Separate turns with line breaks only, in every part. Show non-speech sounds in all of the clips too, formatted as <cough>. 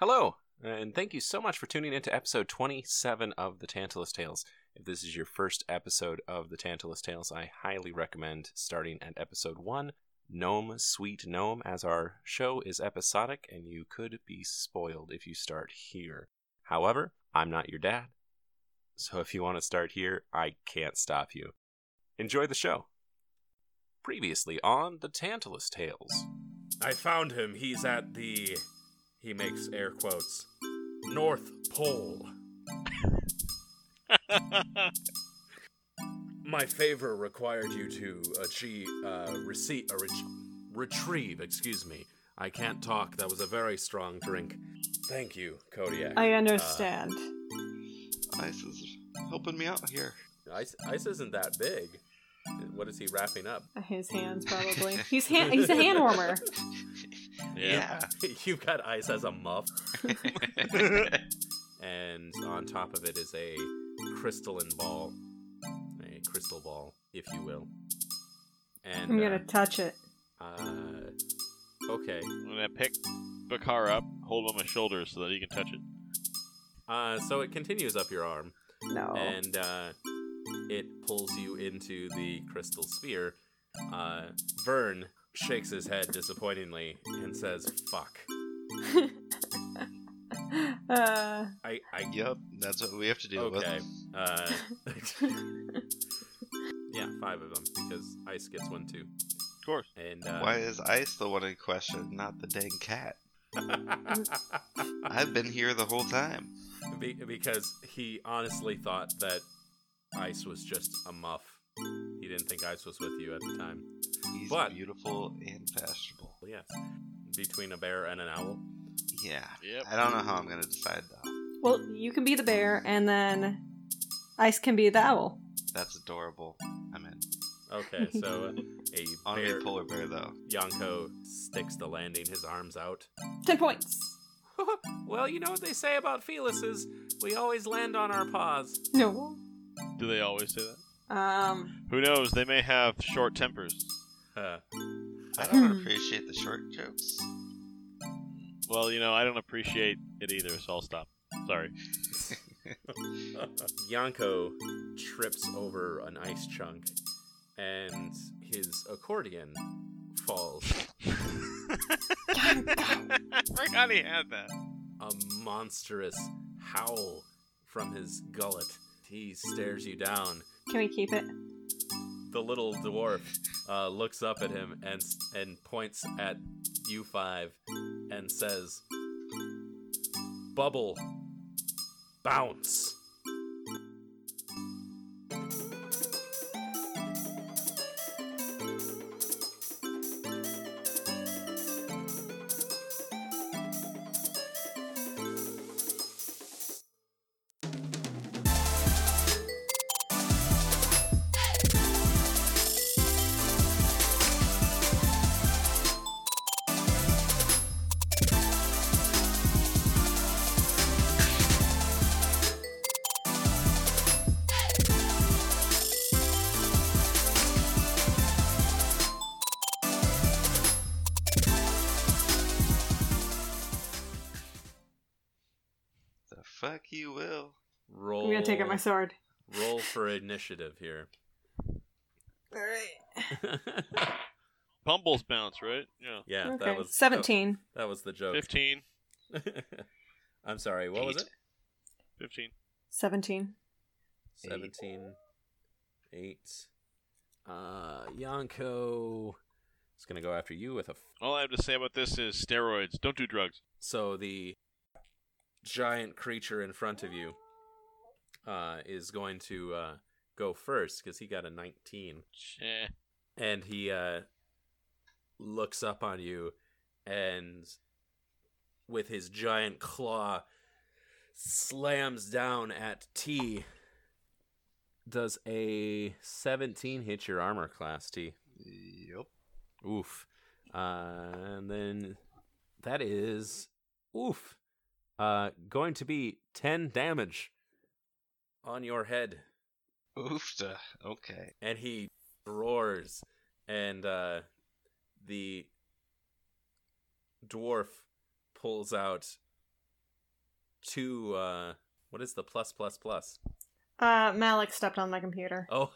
Hello, and thank you so much for tuning in to episode 27 of the Tantalus Tales. If this is your first episode of the Tantalus Tales, I highly recommend starting at episode 1, Gnome Sweet Gnome, as our show is episodic and you could be spoiled if you start here. However, I'm not your dad, so if you want to start here, I can't stop you. Enjoy the show. Previously on the Tantalus Tales.
I found him. He's at the. He makes air quotes. North
<laughs>
Pole. My favor required you to achieve, uh, receipt, a ret- retrieve. Excuse me. I can't talk. That was a very strong drink. Thank you, Kodiak. Uh,
I understand.
Ice is helping me out here.
Ice, ice isn't that big. What is he wrapping up? <laughs>
His hands probably. He's hand, he's a hand warmer.
You've got ice as a
<laughs>
muff,
<laughs>
and on top of it is a crystalline ball, a crystal ball, if you will. <laughs> And
I'm gonna touch it.
uh, uh, okay.
I'm gonna pick Bakar up, hold him on my shoulders so that he can touch it.
Uh, so it continues up your arm,
No.
and uh, it pulls you into the crystal sphere. Uh, Vern shakes his head disappointingly and says, "Fuck."
<gasps> uh,
I, I
Yep, that's what we have to deal
Okay.
with.
Uh,
<laughs>
yeah, five of them because Ice gets one too.
Of course.
And uh,
Why is Ice the one in question, not the dang cat? I've been here the whole time.
<laughs> be- because he honestly thought that Ice was just a muff. He didn't think Ice was with you at the time.
He's
But-
beautiful and fashionable.
Well, yes, between a bear and an owl.
Yeah.
Yep.
I don't know how I'm gonna decide though.
well, you can be the bear, and then Ice can be the owl.
That's adorable. I'm in.
Okay, so a
Only
bear.
a polar bear
<laughs>
though.
Yanko sticks the landing, his arms out. <laughs>
Ten points.
well, you know what they say about felises. We always land on our paws.
No.
Do they always say that?
Um.
Who knows? They may have short tempers.
Huh.
I don't
Hmm.
appreciate the short jokes.
Well, you know, I don't appreciate it either, so I'll stop. Sorry. <laughs>
Yanko trips over an ice chunk and his accordion falls.
I forgot he had that.
A monstrous howl from his gullet. He stares you down.
Can we keep it?
The little dwarf uh, looks up at him and and points at you five and says, "Bubble, bounce."
The fuck you will.
Roll.
I'm gonna take out my sword.
Roll for initiative here. <laughs>
All right.
Bumble's bounce, right? Yeah.
yeah,
Okay.
that was
Seventeen.
That was the joke.
15.
I'm sorry, what was
Eight.
it?
15.
Seventeen.
17, 8. Uh, Yonko is going to go after you with a. F-
All I have to say about this is steroids. Don't do drugs.
so the giant creature in front of you uh, is going to uh, go first because he got a 19.
Eh.
and he uh looks up on you and with his giant claw slams down at T does a 17 hit your armor class T
Yep.
oof uh and then that is oof uh going to be 10 damage on your head
Oofta. Okay.
and he roars and uh the dwarf pulls out two. Uh, what is the plus plus plus?
Uh, Malik stepped on my computer.
Oh,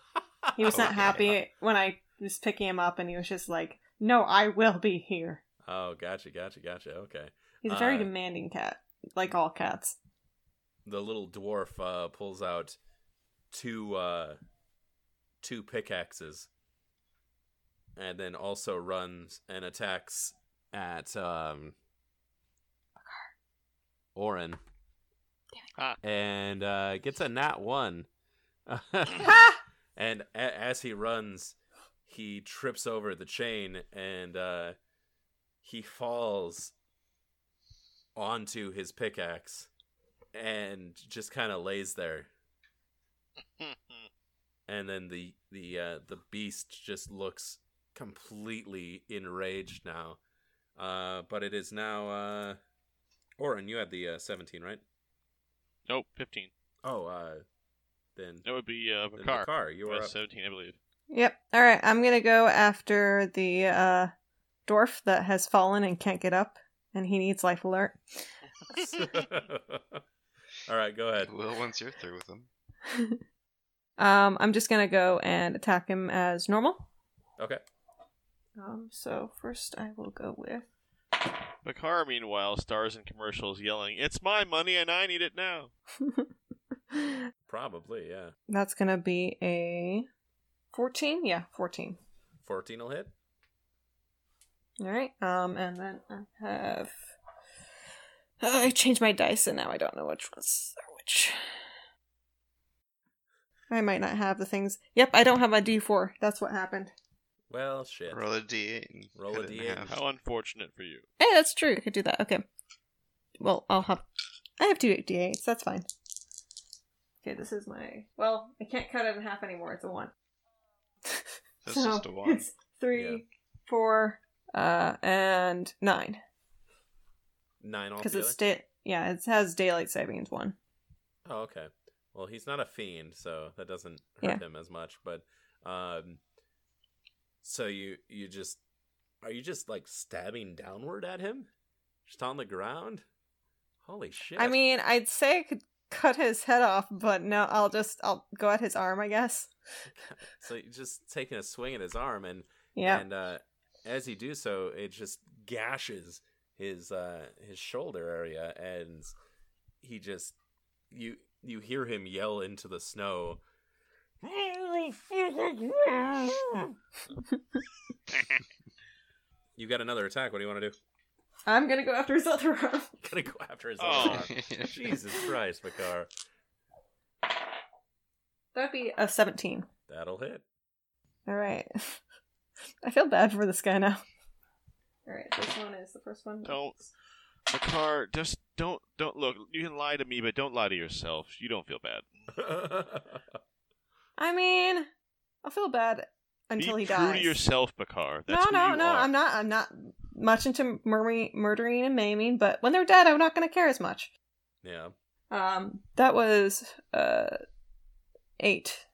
He was not
okay.
happy when I was picking him up, and he was just like, "No, I will be here."
<laughs> Oh, gotcha, gotcha, gotcha. Okay.
He's a very
Uh,
demanding cat, like
<laughs>
all cats.
The little dwarf uh, pulls out two uh, two pickaxes, and then also runs and attacks at um, Orin,
Ah.
and uh, gets a nat one. <laughs>
Ha!
And a- as he runs, he trips over the chain and uh, he falls onto his pickaxe and just kind of lays there. And then the the uh, the beast just looks completely enraged now. Uh, but it is now. Uh, Orin, you had the uh, seventeen, right?
<laughs> nope, 15.
Oh, uh, then,
That would be uh,
then
Bakar.
Bakar, you are
That's
up.
17, I believe.
Yep. All right, I'm gonna go after the uh, dwarf that has fallen and can't get up, and he needs life alert. <laughs>
<laughs> All right, go ahead.
Well, once you're through with them.
um, I'm just gonna go and attack him as normal.
Okay.
Um, so first I will go with <gasps>
Bakar, meanwhile, stars in commercials yelling, It's my money and I need it now.
Probably, yeah.
That's gonna be a fourteen. Yeah, fourteen.
14 will hit.
All right. Um, and then I have uh, I changed my dice, and now I don't know which ones are which. I might not have the things. Yep, I don't have my D four. That's what happened.
Well, shit.
Roll a d8. And
Roll
cut
a
it in
D8.
half.
How unfortunate for you.
Hey, that's true. I could do that. Okay. Well, I'll have. I have two d8s. That's fine. Okay, this is my. Well, I can't cut it in half anymore. It's a one.
That's just a one.
<laughs> It's three,
Yeah.
four, uh, and nine
Nine
because
altogether.
it's da- Yeah, it has daylight savings one.
oh, okay. Well, he's not a fiend, so that doesn't
Yeah.
hurt him as much. But, um, so you you just are you just like stabbing downward at him, just on the ground? Holy shit!
I mean, I'd say I could cut his head off, but no, I'll just I'll go at his arm, I guess.
so you're just taking a swing at his arm, and
Yeah.
And uh, as you do so, it just gashes his uh, his shoulder area, and he just you you hear him yell into the snow. You got another attack. What do you want to do? <laughs>
I'm gonna go after his other arm.
Gonna go after his <laughs>
Oh.
arm. Jesus Christ, Makar.
That'd be a seventeen.
That'll hit. <laughs>
All right. <laughs> I feel bad for this guy now. All right, this one is the first one.
Don't. Bakar, just don't, don't look. You can lie to me, but don't lie to yourself. You don't feel bad.
I mean, I'll feel bad until
Be
he
true
dies.
to yourself, Bakar.
no,
That's who
no,
you
no.
are.
I'm not. I'm not much into murmuring, murdering and maiming, but when they're dead, I'm not gonna care as much.
yeah,
Um, that was uh eight.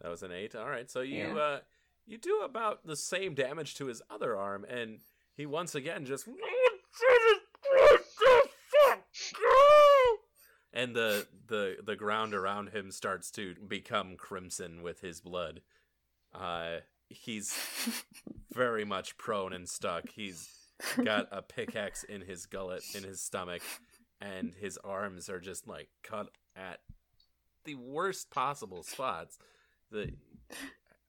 that was an eight. All right, so you
Yeah.
uh, you do about the same damage to his other arm, and he once again just and the the the ground around him starts to become crimson with his blood. Uh, he's very much prone and stuck. He's got a pickaxe in his gullet, in his stomach, and his arms are just like cut at the worst possible spots. The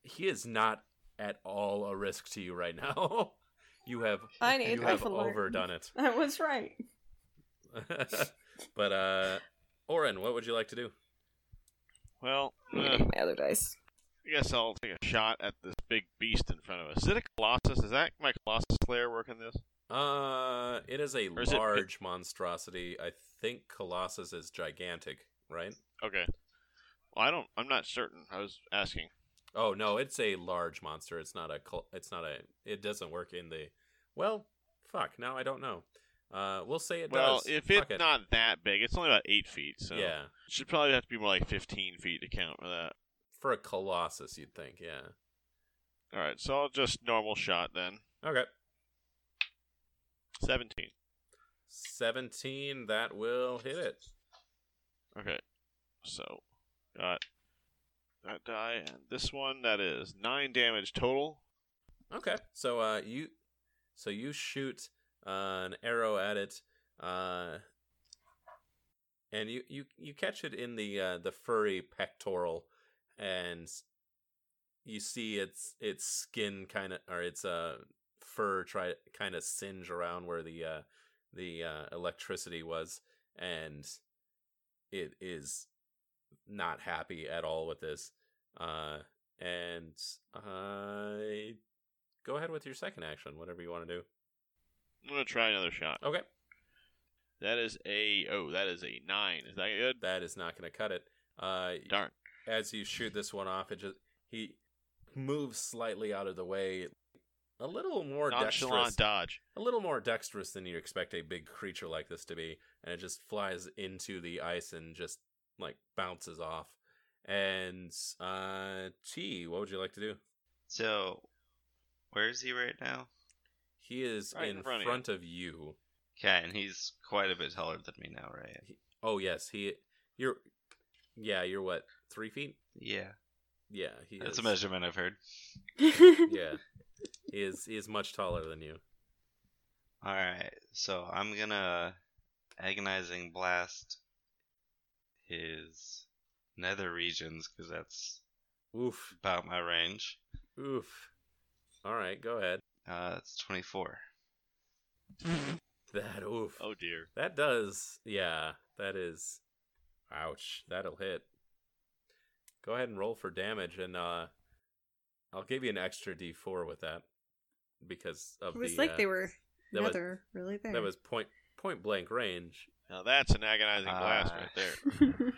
he is not at all a risk to you right now. <laughs> You have
<laughs> I need
you have
life alert.
overdone it. <laughs>
<laughs> I was right.
but uh Oren, what would you like to do?
Well,
I'm gonna
uh,
get my other dice.
I guess I'll take a shot at this big beast in front of us. Is it a Colossus? Is that my Colossus Slayer working this?
Uh it is a
Or is it-
large monstrosity. I think Colossus is gigantic, right?
Okay. Well, I don't. I'm not certain. I was asking.
Oh no, it's a large monster. It's not a. col- It's not a. It doesn't work in the. Well, fuck. Now I don't know. Uh, we'll say it
well,
does.
if
Fuck
it's
it.
not that big, it's only about eight feet. So
yeah,
it should probably have to be more like 15 feet to count for that.
for a colossus, you'd think. Yeah.
All right. So I'll just normal shot then.
Okay.
17.
17, that will hit it.
Okay. So, got that die and this one. That is nine damage total.
Okay. So uh you so you shoot uh, an arrow at it uh and you you you catch it in the uh the furry pectoral and you see its its skin kind of or its uh fur try kind of singe around where the uh the uh electricity was and it is not happy at all with this uh and I go ahead with your second action, whatever you want to do.
I'm gonna try another shot.
Okay.
That is a oh, that is a nine. Is that good?
That is not going to cut it. Uh,
Darn.
as you shoot this one off, it just he moves slightly out of the way, a little more dexterous,
Nonchalant dodge.
a little more dexterous than you expect a big creature like this to be, and it just flies into the ice and just like bounces off. And uh, T, what would you like to do?
So, where is he right now?
He is
Right
in,
in front
front,
of you.
of you.
Okay, and he's quite a bit taller than me now, right?
Oh yes, he. You're. Yeah, you're what three feet?
Yeah,
Yeah, he
that's
is.
a measurement I've heard.
Yeah, he is. He is much taller than you.
All right, so I'm gonna agonizing blast his nether regions because that's
Oof,
about my range.
oof. All right, go ahead. <laughs>
Uh, it's 24.
That oof.
Oh dear.
That does. Yeah, that is. Ouch, that'll hit. Go ahead and roll for damage, and uh, I'll give you an extra D4 with that because of
It was
the.
like
uh,
they were
that was-
nether, really there.
That was point point blank range.
Now that's an agonizing blast
Ah.
right there.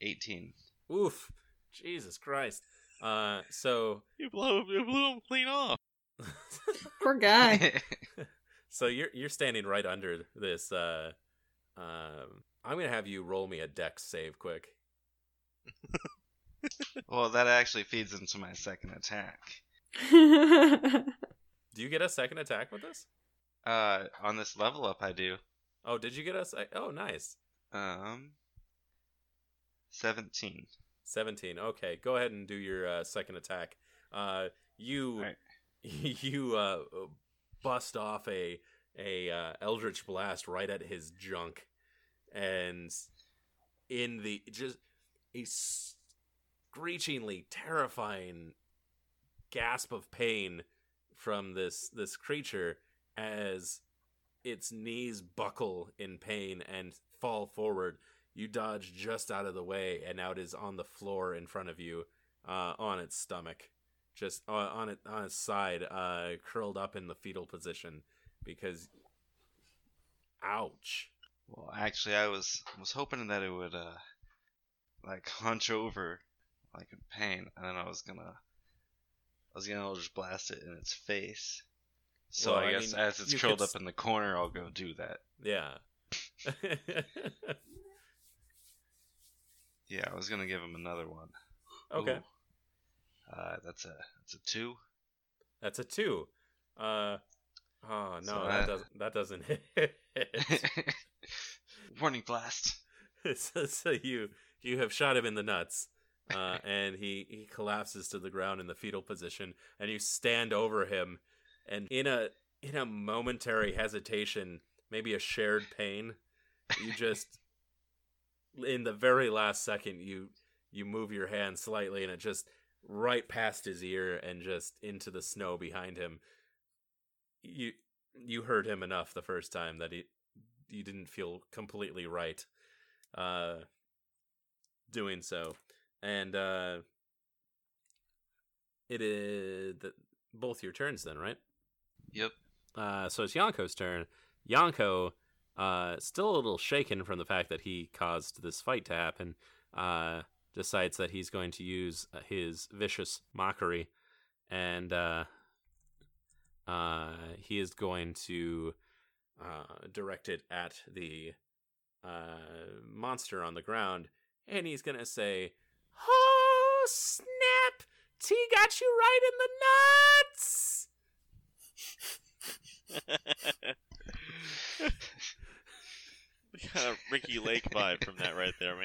18.
Oof, Jesus Christ. Uh, so <laughs>
You blow you blew him clean off.
<laughs>
<laughs>
<laughs> Poor guy.
so you're you're standing right under this. Uh, um, I'm gonna have you roll me a dex save quick.
<laughs> well, that actually feeds into my second attack.
Do you get a second attack with this?
Uh, on this level up, I do.
Oh, did you get a? Sec- oh, nice.
Um, 17.
Seventeen. Okay, go ahead and do your uh, second attack. Uh, you
Alright.
<laughs> you uh, bust off a a uh, eldritch blast right at his junk, and in the just a screechingly terrifying gasp of pain from this this creature as its knees buckle in pain and fall forward. You dodge just out of the way, and now it is on the floor in front of you, uh, on its stomach, just uh, on it on its side, uh, curled up in the fetal position, because, ouch.
Well, actually, I was was hoping that it would uh, like <laughs> hunch over, like in pain, and then I was gonna, I was gonna just blast it in its face. So
Well,
I,
I
guess
mean,
as it's
you
curled
could
up in the corner, I'll go do that.
Yeah. <laughs>
Yeah, I was gonna give him another one.
okay.
Ooh. Uh, that's a that's a two.
That's a two. Uh, oh no,
So
that
that-
doesn't that doesn't <laughs>
<laughs>
hit.
Warning blast.
<laughs> so, so you you have shot him in the nuts, uh, and he he collapses to the ground in the fetal position, and you stand over him, and in a in a momentary hesitation, maybe a shared pain, you just in the very last second you you move your hand slightly, and it just right past his ear and just into the snow behind him. You you hurt him enough the first time that he you didn't feel completely right uh doing so and uh it is th- both your turns then right
Yep.
uh so it's yanko's turn yanko uh still a little shaken from the fact that he caused this fight to happen uh decides that he's going to use uh, his vicious mockery and uh uh he is going to uh direct it at the uh, monster on the ground, and he's gonna say, "Oh snap! T got you right in the nuts."
We got a Ricky Lake vibe from that right there,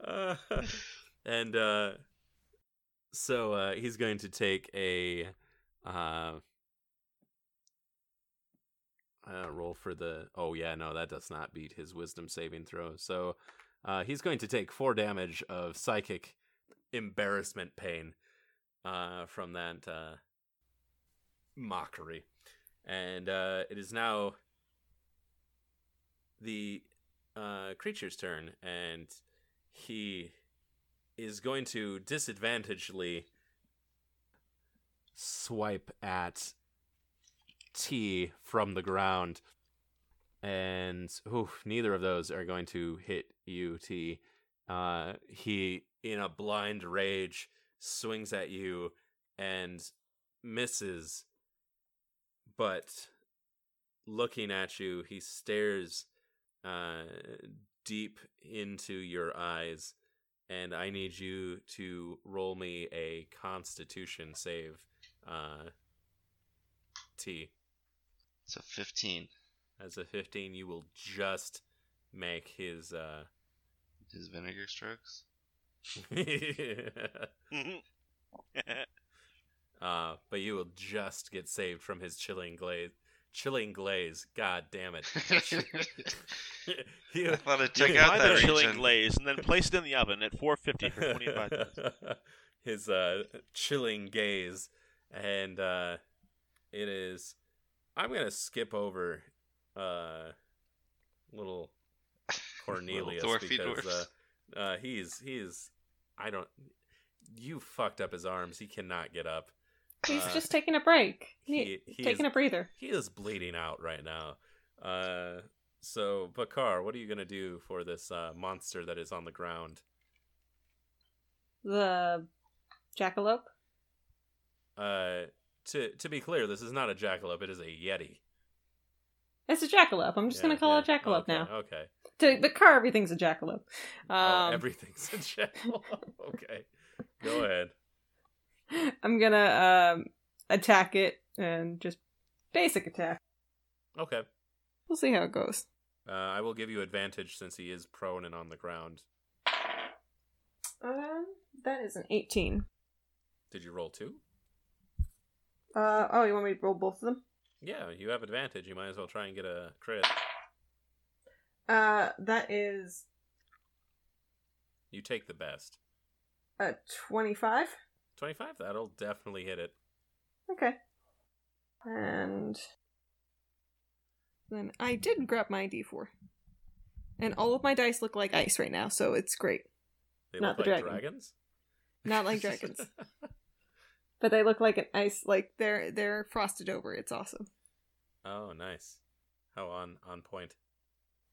man.
Uh, <laughs> and uh, so uh, he's going to take a uh, uh, roll for the. Oh yeah, no, that does not beat his wisdom saving throw. So uh, he's going to take four damage of psychic embarrassment pain uh, from that uh, mockery, and uh, it is now the uh, creature's turn, and he is going to disadvantagedly swipe at T from the ground. And oof, neither of those are going to hit you, T. Uh, he, in a blind rage, swings at you and misses. But looking at you, he stares uh, deep into your eyes, and I need you to roll me a Constitution save, uh, T.
It's a 15.
As a 15, you will just make his. Uh... <laughs>
His vinegar strokes. <laughs>
<laughs>
uh, but you will just get saved from his chilling glaze. Chilling glaze. God damn it. <laughs>
I <laughs>
you,
thought I'd
You
check
can
out
buy
that
the chilling
region.
glaze and then place it in the oven at 450 for 25 minutes.
<laughs> His uh, chilling gaze, and uh, it is. I'm gonna skip over uh, little Cornelius
Little dwarfy
because
dwarfs.
uh, uh, he's he's. I don't. You fucked up his arms. He cannot get up.
He's
Uh,
just taking a break. He,
he- he
taking
is-
a breather.
He is bleeding out right now. Uh, so Bakar, what are you gonna do for this uh, monster that is on the ground?
The jackalope.
Uh, to to be clear, this is not a jackalope. It is a yeti.
It's a jackalope. I'm just
Yeah,
gonna call it a
yeah. Oh,
jackalope
Okay,
now.
Okay.
To the car, everything's a jackalope.
Oh,
Um,
everything's a <laughs> jackalope. okay.
<laughs>
Go ahead.
I'm gonna um, attack it and just basic attack.
Okay.
We'll see how it goes.
Uh, I will give you advantage since he is prone and on the ground.
Um, that is an 18.
Did you roll two?
Uh, oh, you want me to roll both of them?
Yeah, you have advantage. You might as well try and get a crit.
Uh, that is
You take the best.
a 25.
25, that'll definitely hit it.
Okay. And then I did grab my d4. And all of my dice look like ice right now, so it's great.
They
Not
look
the
like
dragon.
dragons?
Not
<laughs>
like dragons. But they look like an ice like they're they're frosted over. It's awesome.
oh, nice. How on, on point.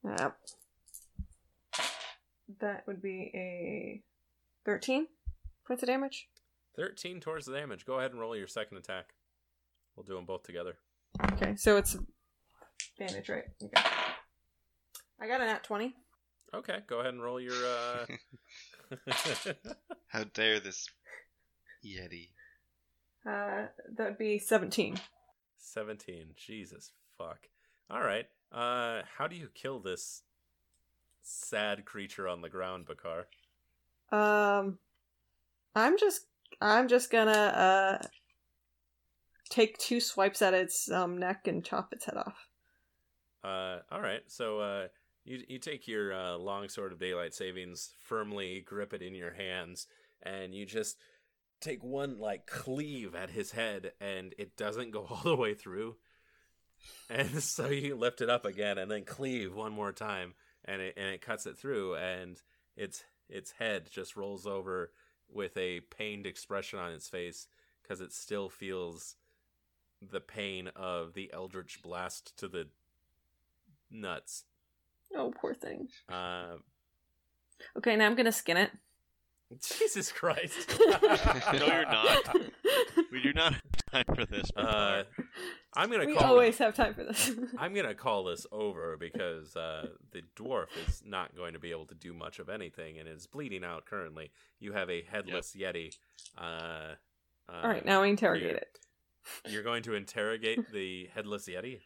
Yep. That would be a 13 points of damage.
13 towards the damage. Go ahead and roll your second attack. We'll do them both together.
Okay, so it's damage, right? Okay. I got an at 20.
Okay, go ahead and roll your. Uh... <laughs>
How dare this Yeti.
Uh, that would be 17.
17 jesus fuck all right uh how do you kill this sad creature on the ground bakar
Um, I'm just I'm just gonna uh take two swipes at its um neck and chop its head off.
uh all right so uh you you take your uh long sword of daylight savings firmly grip it in your hands and you just take one like cleave at his head and it doesn't go <laughs> all the way through and <laughs> so you lift it up again and then cleave one more time and it and it cuts it through and its its head just rolls over with a pained expression on its face because it still feels the pain of the eldritch blast to the nuts
Oh, poor thing.
uh <laughs>
Okay, now I'm gonna skin it.
jesus christ
<laughs>
No, you're
Ah,
not. We do not have <laughs> time for this.
<laughs> uh i'm gonna
we
call
always have time for this. <laughs>
I'm gonna call this over because uh, the dwarf is not going to be able to do much of anything and is bleeding out currently. You have a headless yeti. Uh, uh,
All right, now we interrogate
here.
it.
You're going to interrogate the headless yeti.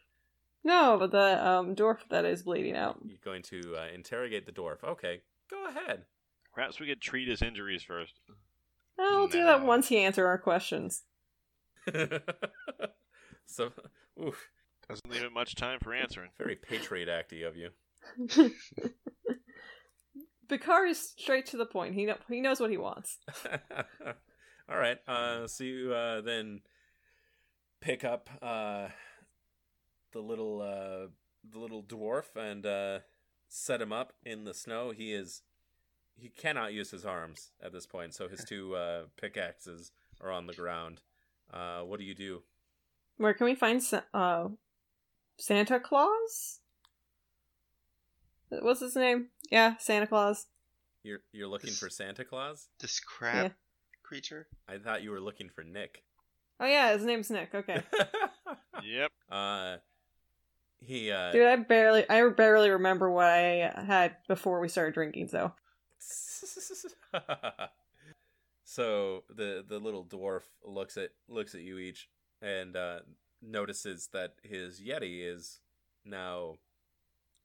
No, but the um, dwarf that is bleeding out.
You're going to uh, interrogate the dwarf. Okay, go ahead. <laughs>
Perhaps we could treat his injuries first.
Oh, we'll do that
No.
once he answers our questions.
so, oof,
Doesn't leave it much time for answering.
<laughs> very patriot acty of you.
Bakar is straight to the point. He know- he knows what he wants.
<laughs> All right. Uh, so you uh, then pick up uh, the little uh, the little dwarf and uh, set him up in the snow. He is he cannot use his arms at this point, so his two uh, pickaxes are on the ground. Uh, what do you do?
Where can we find Sa- uh, Santa Claus? What's his name? Yeah, Santa Claus.
You're you're looking for Santa Claus?
This crab creature.
I thought you were looking for Nick. <laughs>
Oh yeah, his name's Nick. Okay,
Yep.
uh, he uh,
dude, I barely I barely remember what I had before we started drinking. So
<laughs> so the the little dwarf looks at looks at you each and uh, notices that his yeti is now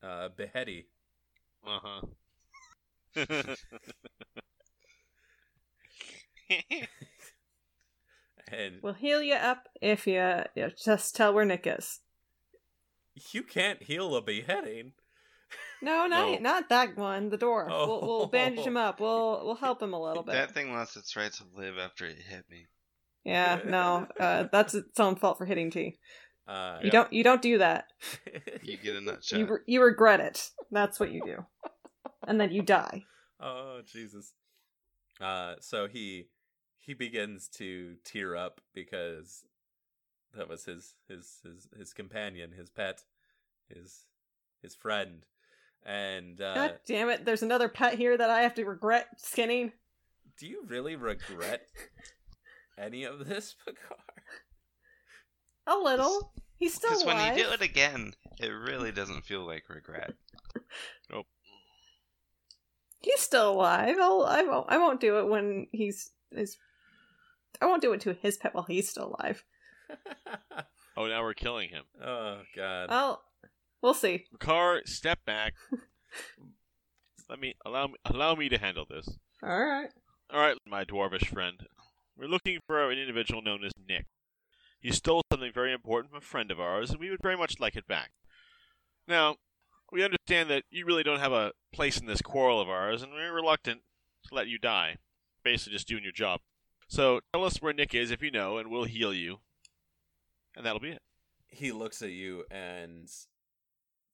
uh, beheady.
Uh huh.
and
we'll heal you up if you, you just tell where Nick is.
you can't heal a beheading.
No, not e,
No.
not that one. The dwarf.
Oh.
We'll, we'll bandage him up. We'll we'll help him a little bit.
That thing lost its right to live after it hit me.
Yeah, no, uh, that's its own fault for hitting T.
Uh,
You don't you don't do that.
<laughs>
You
<laughs>
get a nut
You
shot.
re- you regret it. That's what you do, and then you die.
oh Jesus. Uh, so he he begins to tear up because that was his his his his companion, his pet, his his friend, and
<laughs>
uh,
God damn it! There's another pet here that I have to regret skinning.
do you really regret any of this, <laughs> Picard?
A little. He's still
Because
alive.
when you do it again, it really doesn't feel like regret.
He's still alive. I'll, I won't. I won't do it when he's is. I won't do it to his pet while he's still alive.
<laughs> oh, now we're killing him.
oh God!
I'll. We'll see.
Car, step back. Let me allow me allow me to handle this.
All right.
All right, my dwarvish friend. We're looking for an individual known as Nick. He stole something very important from a friend of ours, and we would very much like it back. Now, we understand that you really don't have a place in this quarrel of ours, and we're reluctant to let you die. Basically, just doing your job. So, tell us where Nick is if you know, and we'll heal you. And that'll be it.
he looks at you and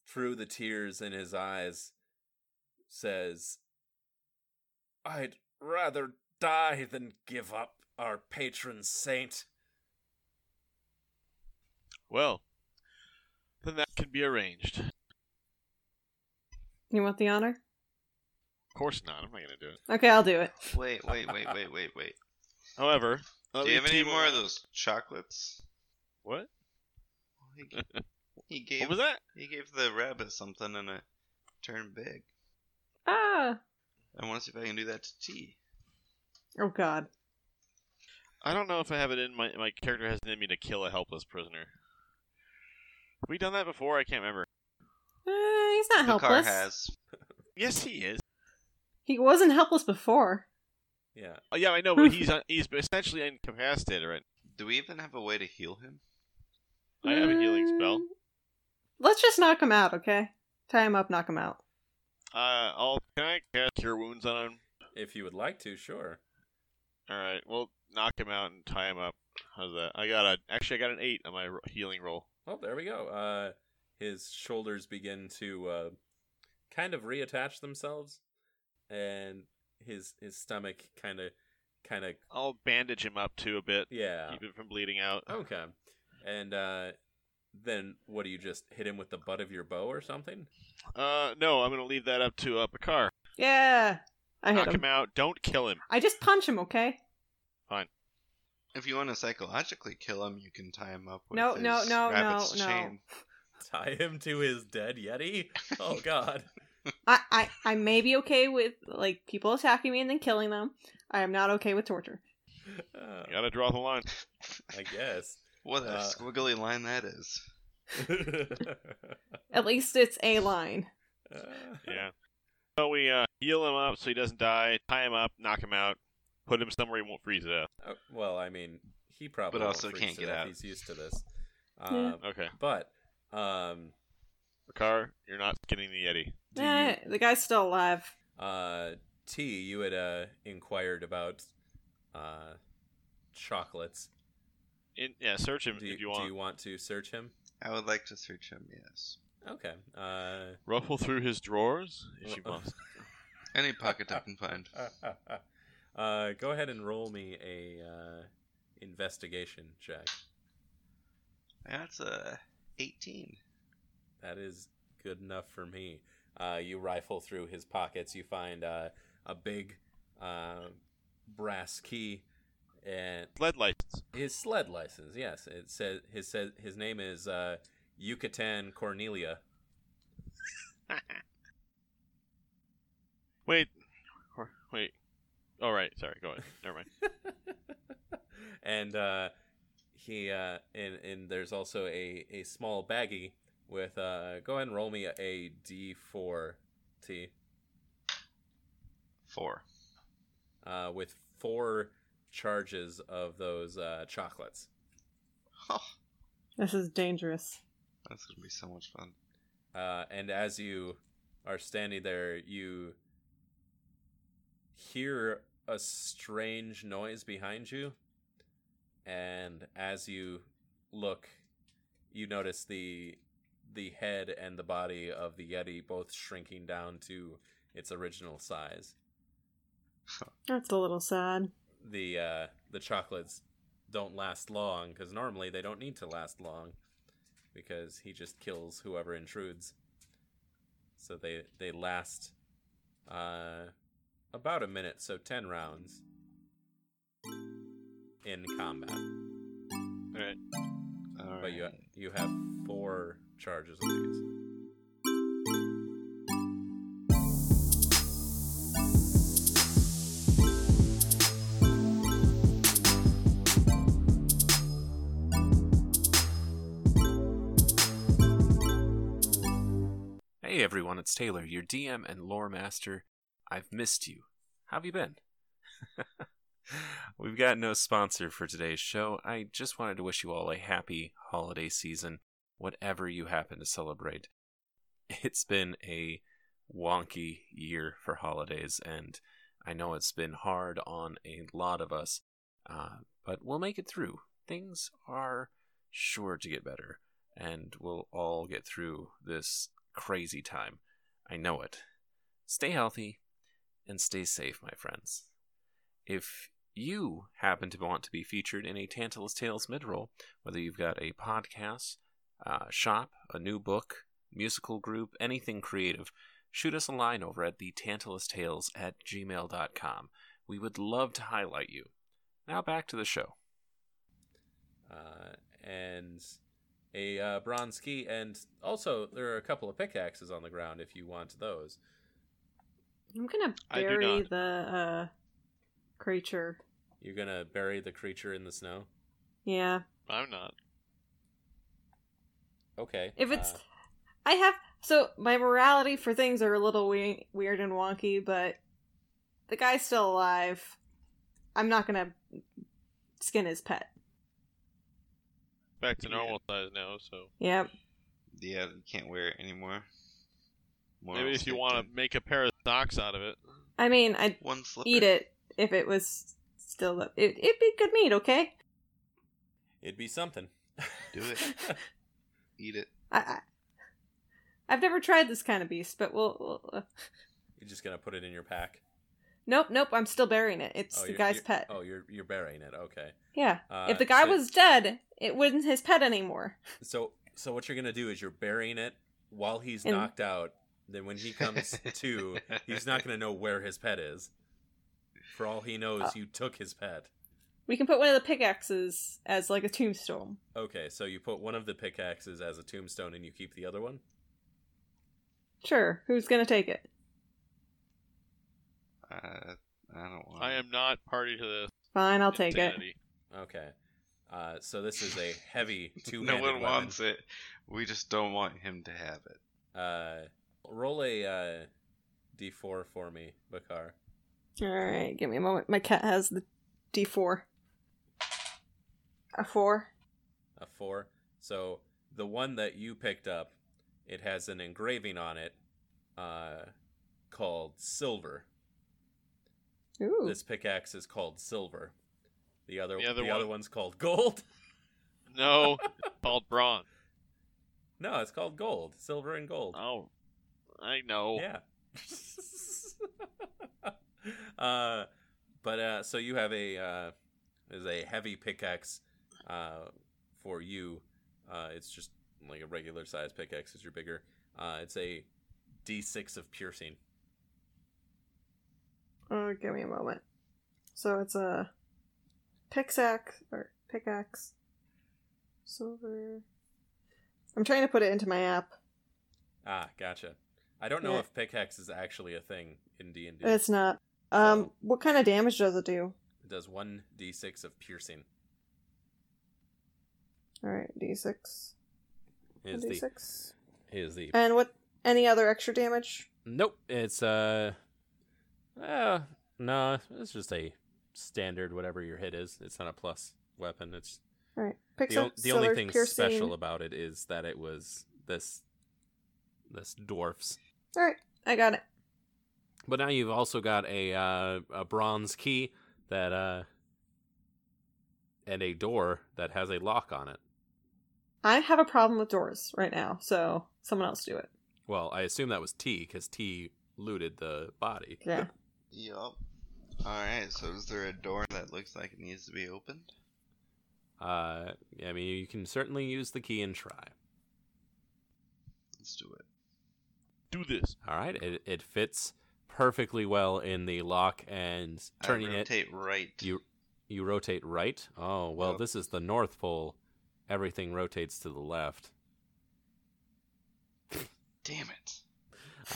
through the tears in his eyes says i'd rather die than give up our patron saint
Well, then that can be arranged. Of
You want the honor?
course not. I'm not going to do it.
Okay, I'll do it. <laughs>
Wait, wait, wait, wait, wait, wait.
However, let
Do you
me
have any
team-
more of those chocolates?
What?
He
<laughs>
g- He
What
gave
was that?
he gave the rabbit something and it turned big.
Ah.
I want to see if I can do that to tea.
Oh God.
I don't know if I have it in my my character has it in me to kill a helpless prisoner. Have we done that before? I can't remember.
Uh, he's not
The car
helpless.
has.
Yes, he is.
He wasn't helpless before.
yeah
Oh, yeah, I know,
<laughs>
but he's un- he's essentially incapacitated right
Do we even have a way to heal him?
now. I have a healing spell.
Mm. Let's just knock him out, okay? Tie him up, knock him out.
Uh, I'll can I cast cure wounds on him?
if you would like to sure
All right, we'll knock him out and tie him up. How's that? I got a actually I got an eight on my ro- healing roll.
well there we go uh his shoulders begin to uh kind of reattach themselves and his his stomach kind of kind of
I'll bandage him up too a bit,
yeah Oh.
keep it from bleeding out.
Okay. And uh then what do you just hit him with the butt of your bow or something? <laughs>
Uh, no, I'm gonna leave that up to uh, Picard.
Yeah. I hit
Knock
him.
him out. Don't kill him.
I just punch him, okay?
If you want to psychologically kill him, you can tie him up with
No, no,
his
no, no,
rabbit's
no.
chain.
Tie him to his dead yeti? Oh god.
I, I, I may be okay with like people attacking me and then killing them. I am not okay with torture.
Uh,
You gotta draw the line.
I guess.
<laughs>
<laughs>
What a
Uh,
squiggly line that is.
At least it's a line.
Yeah. So we uh, heal him up so he doesn't die, tie him up, knock him out, put him somewhere he won't freeze to death.
Uh, well, I mean, he probably
But
won't
also
freeze
can't
to
get
death.
out.
He's used to this.
Yeah.
Um,
Okay.
But um,
Ricard, you're not getting the Yeti.
do
Eh, the guy's still alive.
you, uh, T, you had uh, inquired about uh, chocolates.
In, yeah, search him
Do
if
you,
you want.
do you want to search him?
I would like to search him, yes.
Okay. Uh,
Ruffle through his drawers if you
Uh,
must.
Any
<laughs>
pocket I can find.
uh, go ahead and roll me a uh, investigation check.
That's a 18.
That is good enough for me. Uh, you rifle through his pockets. You find uh, a big uh, brass key and
Lead license.
his sled license. Yes, it says his says his name is uh, Yucatan Cornelia.
Wait. Or- Wait. All right. Sorry. Go ahead. Never mind.
<laughs> and uh, he uh, and and there's also a a small baggie with uh, go ahead and roll me a D four T.
4.
uh, with four charges of those uh, chocolates.
Oh,
This is dangerous.
that's going to be so much fun.
Uh, and as you are standing there, you hear a strange noise behind you. And as you look, you notice the the head and the body of the yeti both shrinking down to its original size.
That's a little sad.
the uh, the chocolates don't last long because normally they don't need to last long because he just kills whoever intrudes. So they they last uh, about a minute, so ten rounds in combat.
All right.
All
But you
right.
you have four charges of these.
Hey everyone, it's Taylor, your DM and lore master. I've missed you. How have you been? We've got no sponsor for today's show. I just wanted to wish you all a happy holiday season, whatever you happen to celebrate. <laughs> It's been a wonky year for holidays, and I know it's been hard on a lot of us, uh, but we'll make it through. Things are sure to get better, and we'll all get through this crazy time. I know it. Stay healthy and stay safe, my friends. If you happen to want to be featured in a Tantalus Tales midroll, whether you've got a podcast, uh, shop, a new book, musical group, anything creative, shoot us a line over at the tantalustales at gmail.com. We would love to highlight you. Now back to the show.
uh, and a uh, bronze key, and also there are a couple of pickaxes on the ground if you want those.
I'm gonna
I do
bury
not.
the uh, creature.
You're gonna bury the creature in the snow.
Yeah.
I'm not.
Okay.
If it's,
uh,
I have so my morality for things are a little we- weird and wonky, but the guy's still alive. I'm not gonna skin his pet.
Back to normal size now. So
Yep.
Yeah, you can't wear it anymore. Moral
maybe if you
stick
want
to
to make a pair of socks out of it.
I mean, I'd
one slipper.
eat it if it was still. It, it'd be good meat, okay?
it'd be something.
Do it. Eat it.
I, I I've never tried this kind of beast, but we'll. we'll uh,
<laughs> You're just gonna put it in your pack.
nope, nope. I'm still burying it. It's the
you're-
guy's
you're-
pet.
Oh, you're you're burying it. Okay.
yeah.
Uh,
if the guy
so-
was dead, it wasn't his pet anymore.
so so what you're gonna do is you're burying it while he's
And-
knocked out. Then when he comes to, he's not gonna know where his pet is. For all he knows,
Uh.
you took his pet.
We can put one of the pickaxes as like a tombstone.
Okay, so you put one of the pickaxes as a tombstone and you keep the other one?
Sure, who's gonna take it?
Uh, I don't want.
I am not party to this.
Fine, I'll take it.
insanity.
Okay. Uh, so this is a heavy
<laughs> no
two-handed
one
weapon.
wants it. We just don't want him to have it.
Uh, roll a uh, d4 for me, Bakar.
All right, give me a moment. My cat has the D4. A four.
a four. So the one that you picked up, it has an engraving on it uh, called silver.
Ooh.
This pickaxe is called silver. The other,
The
the
other
other,
one.
one's called gold. <laughs>
No, called Braun.
No, it's called gold. Silver and gold.
Oh, I know.
Yeah. <laughs> uh, but uh, so you have a uh, is a heavy pickaxe uh, for you. Uh, it's just like a regular size pickaxe because you're bigger. Uh, it's a D6 of piercing.
Oh, give me a moment. So it's a pickaxe or pickaxe. Silver. I'm trying to put it into my app.
Ah, gotcha. I don't know
Yeah.
if pickaxe is actually a thing in D and D.
It's not. Um,
So-
what kind of damage does it do?
It does one D6 of piercing.
All right, d6.
Is the
D6.
is the
And what? Any other extra damage?
Nope, it's uh, uh, no, it's just a standard whatever your hit is. It's not a plus weapon. It's
All right.
the, o-
Pixar,
the only
silver,
thing
piercing.
special about it is that it was this this dwarf's.
All right, I got it.
But now you've also got a uh, a bronze key that uh, and a door that has a lock on it.
I have a problem with doors right now, so someone else do it.
Well, I assume that was T because T looted the body. <laughs>
Yeah.
Yup. Alright, so is there a door that looks like it needs to be opened?
Uh, I mean, you can certainly use the key and try.
Let's do it.
Do this.
All right, it, it fits perfectly well in the lock and turning
I
it.
rotate right.
You you rotate right. Oh well,
Yep.
this is the North Pole. Everything rotates to the left.
Damn it. <laughs>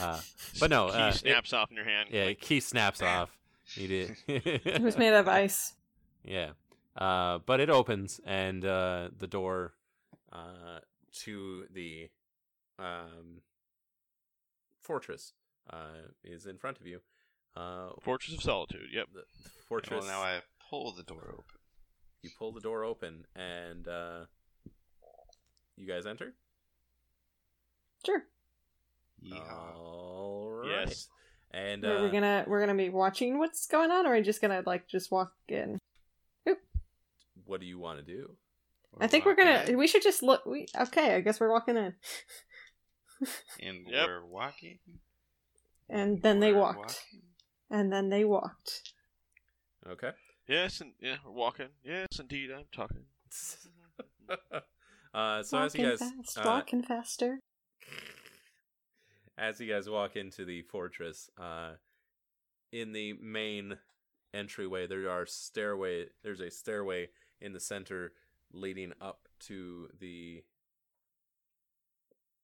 Uh, but no,
<laughs> Key
uh, it-
snaps off in your hand.
yeah,
Like,
key snaps off. You did.
<laughs>
It was made out of ice.
<laughs> Yeah. Uh, but it opens, and uh, the door uh, to the um, fortress uh, is in front of you. Uh,
Fortress of Solitude. Yep.
the the fortress.
Well, now I pull the door open.
You pull the door open, and uh, you guys enter.
Sure.
Uh,
Yeehaw.
All right.
Yes.
And
Are we
uh,
gonna we're gonna be watching what's going on, or are we just gonna like just walk in?
what do you want to do?
I think we're
walking
gonna. <laughs>
in,
We should just look. We okay. I guess we're walking in,
And
Yep.
we're walking.
and then they
We're
walked,
walking.
and then they walked.
Okay.
Yes, and yeah, we're walking. Yes, indeed, I'm talking.
<laughs> uh, so as you
Walking
guys
fast,
uh,
walking faster.
<laughs> as you guys walk into the fortress uh in the main entryway there are stairway there's a stairway in the center leading up to the <laughs>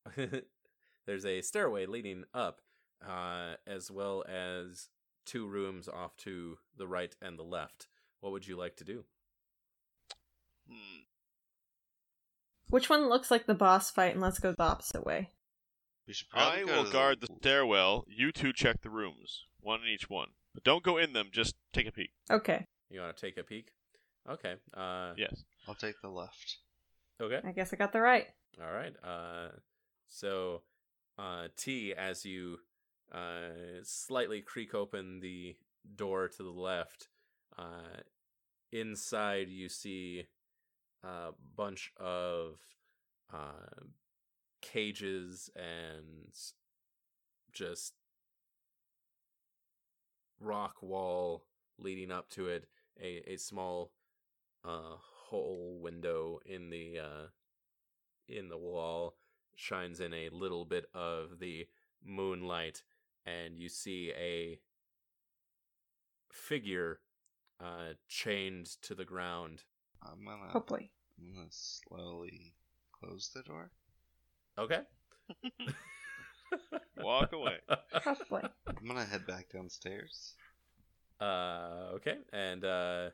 there's a stairway leading up uh as well as two rooms off to the right and the left what would you like to do
Hmm.
Which one looks like the boss fight? And let's go the opposite way.
We should probably
I
go
will
to
guard the stairwell. You two check the rooms, one in each one. But don't go in them. Just take
<laughs>
a peek.
Okay,
you want to take a peek okay uh
Yes.
I'll take the left.
okay
I guess I got the right.
All right. Uh, so, uh, T, as you uh, slightly creak open the door to the left, uh, inside you see a bunch of uh, cages and just rock wall leading up to it. A, a small uh, hole window in the uh, in the wall shines in a little bit of the moonlight and you see a figure uh chained to the ground
I'm gonna,
Hopefully,
I'm gonna slowly close the door.
okay <laughs>
Walk away.
<laughs>
hopefully.
I'm gonna head back downstairs.
uh okay and uh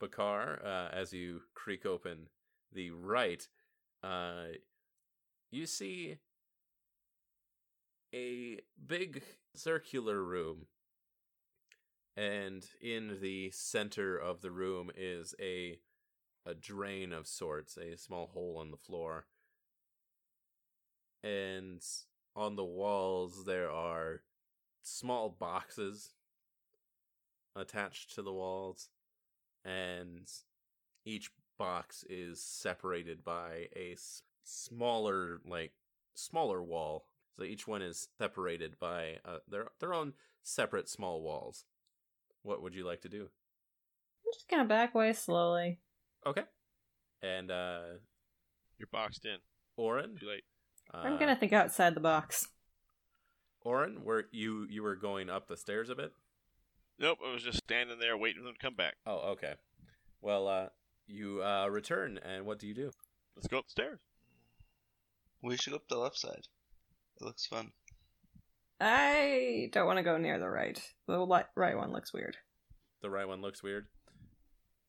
Bakar, uh, as you creak open the right, uh, you see a big circular room. And in the center of the room is a a drain of sorts, a small hole in the floor. And on the walls there are small boxes attached to the walls and each box is separated by a s- smaller like smaller wall so each one is separated by uh, their their own separate small walls what would you like to do
just gonna back away slowly.
okay and uh
You're boxed in.
orin
Too late.
uh,
I'm gonna think outside the box.
orin were you you were going up the stairs a bit
Nope, I was just standing there waiting for them to come back.
oh okay well uh you uh return and what do you do
Let's go upstairs.
We should go up the left side. It looks fun.
I don't want to go near the right. The li- right one looks weird.
the right one looks weird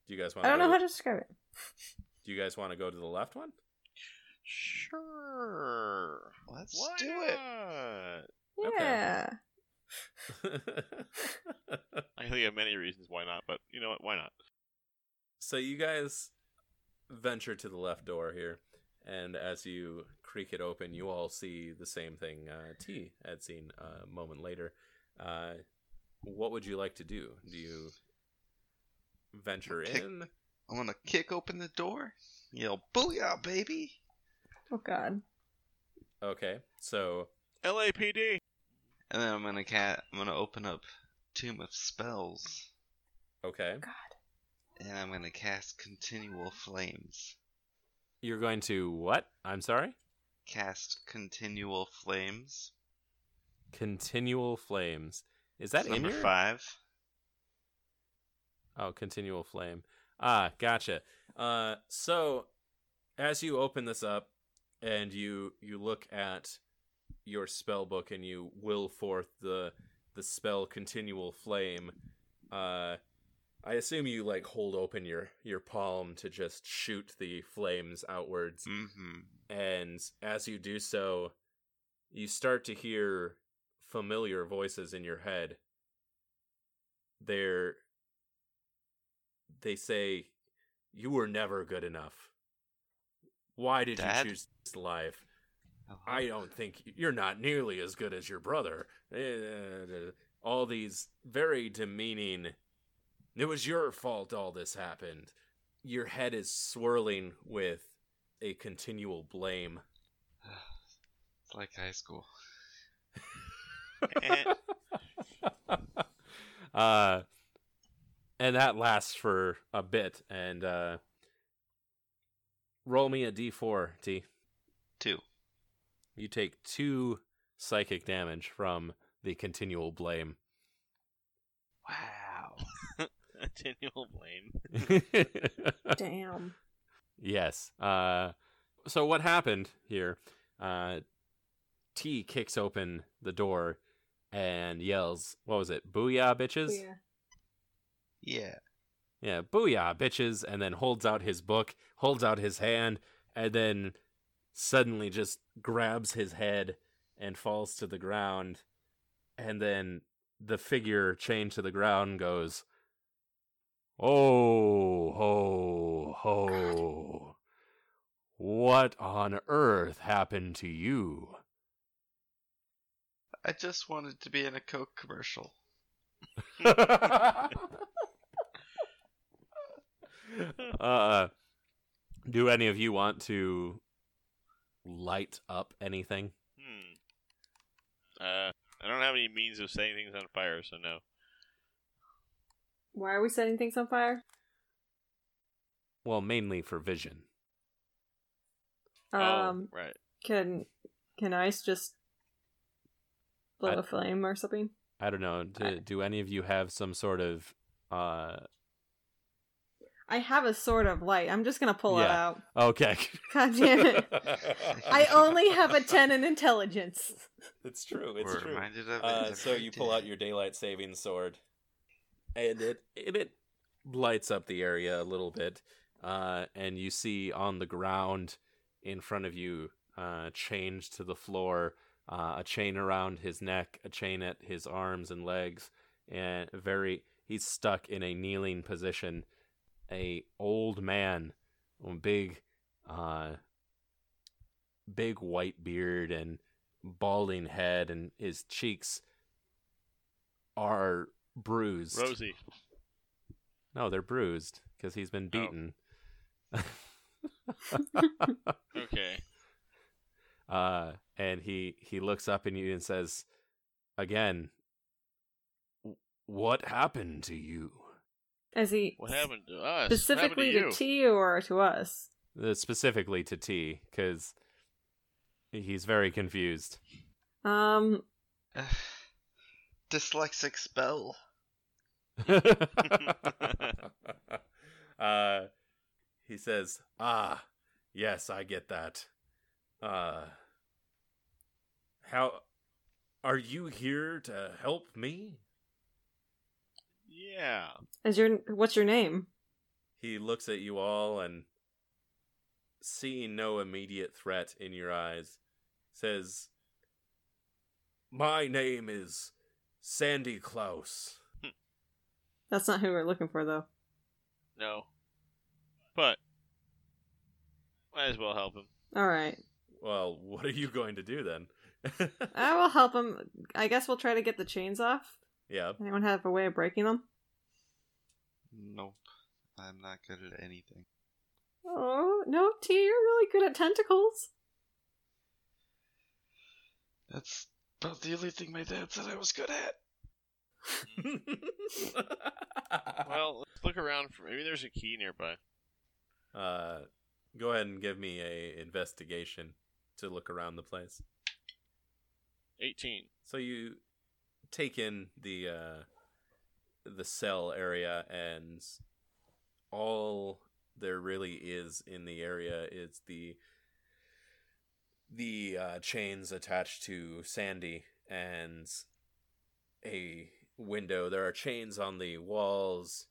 do you guys want
I don't know how to describe it.
Do you guys want to go to the left one? <laughs>
Sure.
Let's
Why
do it.
not?
Okay.
Yeah.
I can think of many reasons why not, but you know what? Why not?
so you guys venture to the left door here, and as you creak it open, you all see the same thing uh, T had seen uh, a moment later. Uh, what would you like to do? Do you venture
Pick-
in?
I'm gonna kick open the door, yell "Booyah, baby!"
Oh god.
Okay, so
<laughs>
<laughs> LAPD.
and then I'm gonna cat. I'm gonna open up Tomb of Spells,
okay,
and I'm gonna cast Continual Flames.
you're going to what? I'm sorry.
Cast Continual Flames.
Continual flames. Is that in
number
your
five?
Oh, continual flame. Ah, gotcha. Uh, so as you open this up and you you look at your spell book and you will forth the the spell continual flame, uh, I assume you like hold open your your palm to just shoot the flames outwards
Mm-hmm.
and as you do so, you start to hear familiar voices in your head. They're they say, "You were never good enough. Why did
Dad?
you choose this life? I don't think you're not nearly as good as your brother." Eh, All these very demeaning. It was your fault all this happened. Your head is swirling with a continual blame.
It's like high school.
<laughs> uh, and that lasts for a bit. And uh, roll me a d4, T.
Two.
You take two psychic damage from the continual blame. <laughs>
Wow.
Continual blame.
Damn.
<laughs> yes. Uh, so what happened here? Uh, T kicks open the door and yells, "What was it? Booyah, bitches!"
Yeah.
Yeah.
Yeah, booyah, bitches, and then holds out his book, holds out his hand, and then suddenly just grabs his head and falls to the ground. And then the figure chained to the ground goes, Oh, ho, ho. What on earth happened to you?
I just wanted to be in a Coke commercial.
<laughs> uh, do any of you want to light up anything?
Hmm. Uh, I don't have any means of setting things on fire, so no.
Why are we setting things on fire?
Well, mainly for vision.
Um,
oh, right.
can can ice just blow
I-
a flame or something?
I don't know. Do, do any of you have some sort of uh
I have a sort of light. I'm just gonna pull it
Yeah.
out.
okay.
God damn
<laughs>
it. <laughs> I only have a 10 in intelligence.
It's true.
We're reminded of it
Uh, so
every
you pull
day.
out your daylight saving sword, and it and it lights up the area a little bit, uh, and you see on the ground in front of you, uh, chained to the floor, uh, a chain around his neck, a chain at his arms and legs, and very he's stuck in a kneeling position. A old man, with big, uh, big white beard and balding head, and his cheeks are bruised.
Rosie.
No, they're bruised because he's been
Oh.
beaten.
Okay.
uh, and he he looks up at you and says, "Again, "W- what happened to you?"
As he
What happened to us?
specifically
what
to,
happened to, you?
T or to us?
Uh, Specifically to T, because he's very confused.
Um,
<sighs> Dyslexic spell.
<laughs> uh, he says, "Ah, yes, I get that. Uh, how are you here to help me?"
Yeah.
is your what's your name?
He looks at you all and, seeing no immediate threat in your eyes, says, My name is Sandy Klaus.
That's not who we're looking for, though.
No. But might as well help
<laughs>
him.
All right,
Well, <laughs> what are you going to do then? <laughs>
I will help him. I guess we'll try to get the chains off.
yeah.
Anyone have a way of breaking them?
Nope. I'm not good at anything.
Oh no, T, you're really good at tentacles.
That's about the only thing my dad said I was good at.
Well, let's look around for maybe there's a key nearby.
uh, go ahead and give me a investigation to look around the place.
Eighteen.
So you take in the uh, the cell area, and all there really is in the area is the the uh, chains attached to Sandy and a window. There are chains on the walls,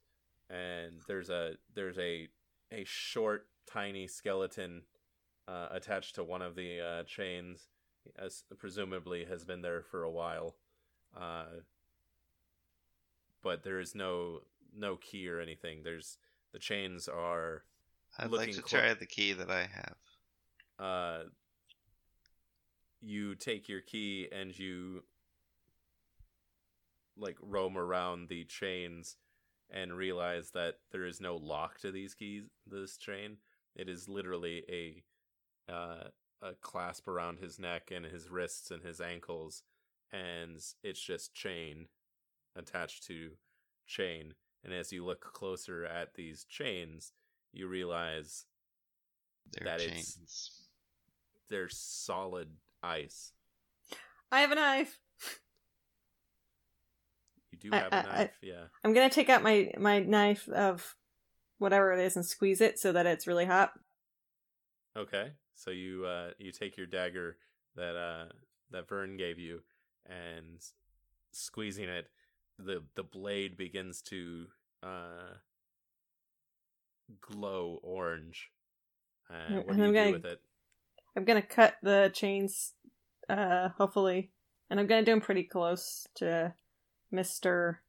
and there's a there's a a short, tiny skeleton uh, attached to one of the uh, chains as presumably has been there for a while. Uh, but there is no no key or anything. There's the chains are
I'd
Looking
like to
clo-
try the key that I have.
uh, you take your key and you like roam around the chains and realize that there is no lock to these keys this chain it is literally a uh, a clasp around his neck and his wrists and his ankles and it's just chain attached to chain and as you look closer at these chains you realize
They're
That it's-
chains.
<laughs> they're solid ice.
I have a knife.
You do
I-
have a
I- I-
knife, yeah.
I'm gonna take out my my knife of whatever it is and squeeze it so that it's really hot.
Okay, so you uh, you take your dagger that uh, that Vern gave you, and squeezing it, the the blade begins to uh, glow orange. Uh,
Mm,
what do
and
you
I'm
do
gonna-
with it?
I'm gonna cut the chains, uh, hopefully, and I'm gonna do them pretty close to Mister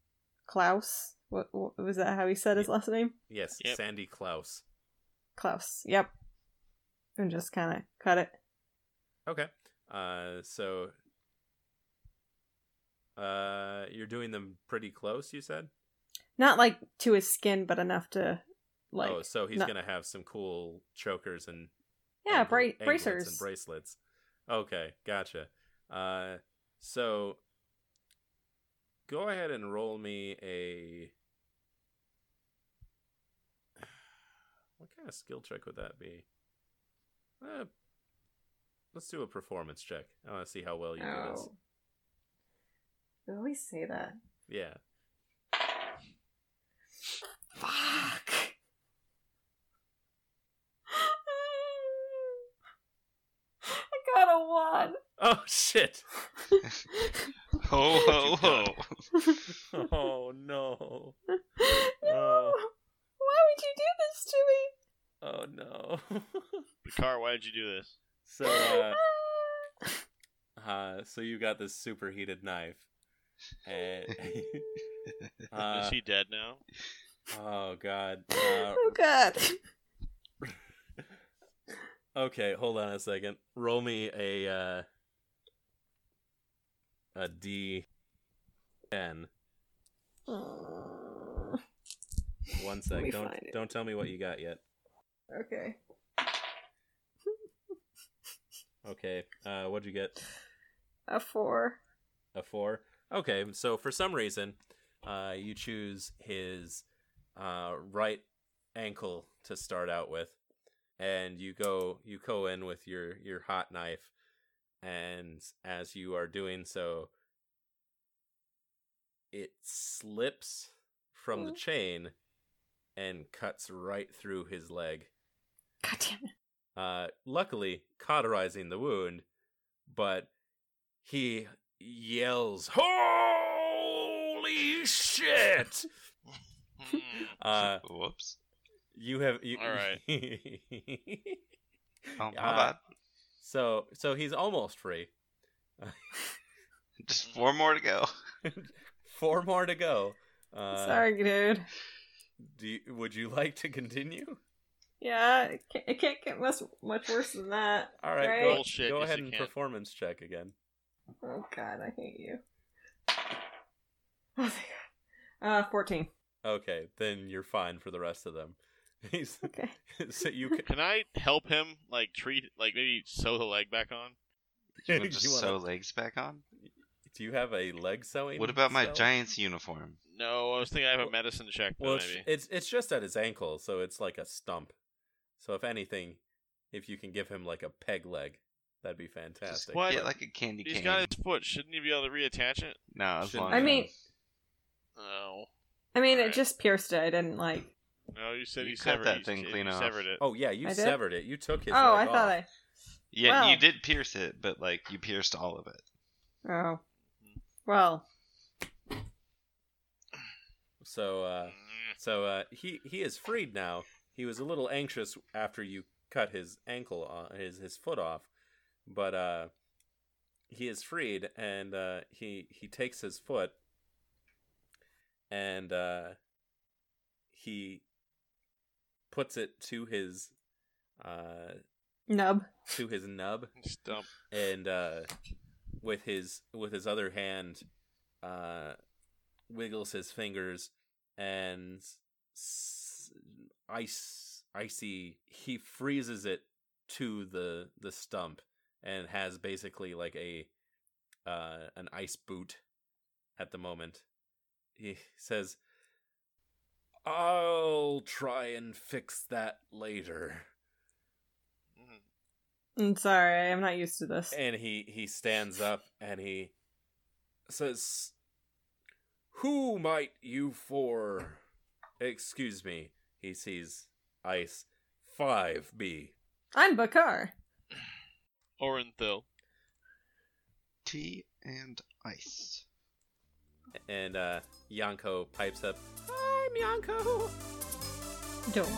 Klaus. What, what was that? How he said his last name?
Yes,
Yep.
Sandy Klaus.
Klaus. Yep. And just kind of cut it.
Okay. Uh, so uh, you're doing them pretty close. You said.
Not like to his skin, but enough to like.
oh, so he's
no-
gonna have some cool chokers and
yeah,
ankle-
bra-
anklets and
bracers.
bracelets. Okay, gotcha. Uh, so go ahead and roll me a. <sighs> What kind of skill check would that be? Uh, let's do a performance check. I want to see how well you do this.
Oh. They always say that.
Yeah.
Fuck. I got a one.
<laughs> Oh shit!
Ho ho ho!
<laughs> Oh no!
no.
Oh.
this to me?
Oh no. <laughs>
Picard, why did you do this?
so uh, uh so you got this superheated knife. And, <laughs> uh,
Is he dead now?
oh god. Uh,
oh god.
okay, hold on a second. Roll me a uh a D ten.
Uh,
One
Let
sec.
me
Don't
find it.
don't tell me what you got yet.
okay.
Okay. Uh what'd you get?
A four.
a four. Okay, so for some reason, uh, you choose his uh, right ankle to start out with, and you go you go in with your your hot knife, and as you are doing so, it slips from the
Mm.
chain and cuts right through his leg
God damn it.
uh, luckily cauterizing the wound, but he yells, "Holy shit!"
<laughs> Hmm.
Uh,
<laughs> Whoops.
you have you,
All
<laughs>
right.
Oh, my
uh,
bad.
so so he's almost free.
Just four more to go.
Four more to go. Uh,
Sorry, dude.
Do you, would you like to continue?
Yeah, it can't, it can't get much much worse than that.
All right,
Right.
go,
Bullshit,
go
yes,
ahead
you
and
can.
performance check again.
Oh god, I hate you. Oh thank god. Uh, fourteen.
Okay, then you're fine for the rest of them. <laughs> He's,
Okay.
so
<laughs>
you can,
Can I help him? Like treat, like maybe sew the leg back on.
<laughs>
You
you
wanna just
wanna-
sew legs back on?
Do you have a leg sewing?
What about my
spell?
Giants uniform?
No, I was thinking I have a
Well-
medicine check. Though,
Well,
maybe.
it's, it's it's just at his ankle, so it's like a stump. So if anything, if you can give him like a peg leg, that'd be
Just
fantastic.
What?
get like a candy
He's
cane.
got his foot. Shouldn't he be able to reattach it?
No, as
Shouldn't-
long
I
as-
mean-
Oh.
I mean,
Alright.
it just pierced it. I didn't like.
No, you said
You
you,
cut
severed
that
it.
thing
you,
clean
you
off.
severed it.
Oh yeah, you
I did?
severed it. You took his.
oh, I
leg
thought
off.
I.
yeah, you
Wow.
did pierce it, but like you pierced all of it.
Oh. Well.
So uh, so uh, he he is freed now. He was a little anxious after you cut his ankle on his his foot off, but uh, he is freed and uh, he he takes his foot and uh, he puts it to his uh,
Nub.
to his nub
Stump.
and uh, with his with his other hand, uh, wiggles his fingers, and s- ice icy. He freezes it to the the stump and has basically like a uh, an ice boot at the moment. He says, "I'll try and fix that later."
Mm.
I'm sorry, I'm not used to this.
and he he stands up and he says who might you for excuse me he sees ice 5b
I'm Bakar.
Orenthil.
Tea and ice.
and uh yanko pipes up i'm yanko
Don't.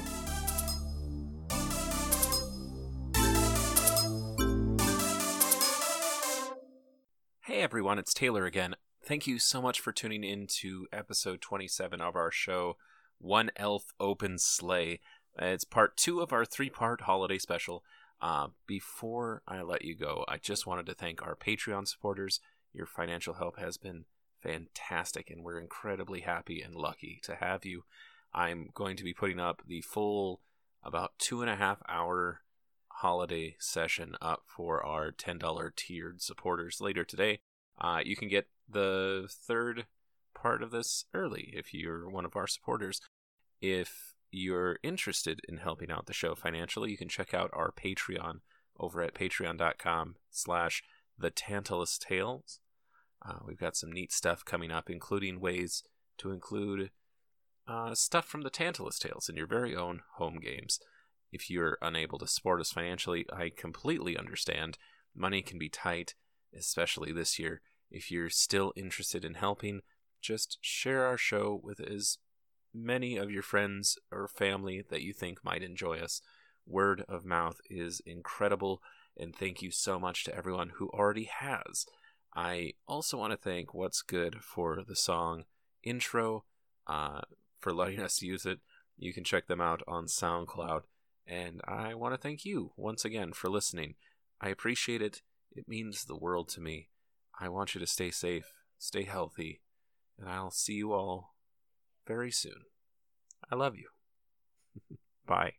Hey everyone, it's Taylor again. Thank you so much for tuning in to episode 27 of our show, One Elf Open Sleigh. Uh, It's part two of our three part holiday special. Uh, before I let you go, I just wanted to thank our Patreon supporters. Your financial help has been fantastic, and we're incredibly happy and lucky to have you. I'm going to be putting up the full, about two and a half hour holiday session up for our $10 tiered supporters later today. Uh, you can get the third part of this early if you're one of our supporters. If you're interested in helping out the show financially, you can check out our Patreon over at patreon.com slash the Tantalus Tales. Uh, we've got some neat stuff coming up, including ways to include uh, stuff from the Tantalus Tales in your very own home games if you're unable to support us financially, I completely understand. Money can be tight, especially this year. If you're still interested in helping, just share our show with as
many of your friends or family that you think might enjoy us. Word of mouth is incredible, and thank you so much to everyone who already has. I also want to thank What's Good for the song intro uh, for letting us use it. You can check them out on SoundCloud. And I want to thank you once again for listening. I appreciate it. It means the world to me. I want you to stay safe, stay healthy, and I'll see you all very soon. I love you. <laughs> Bye.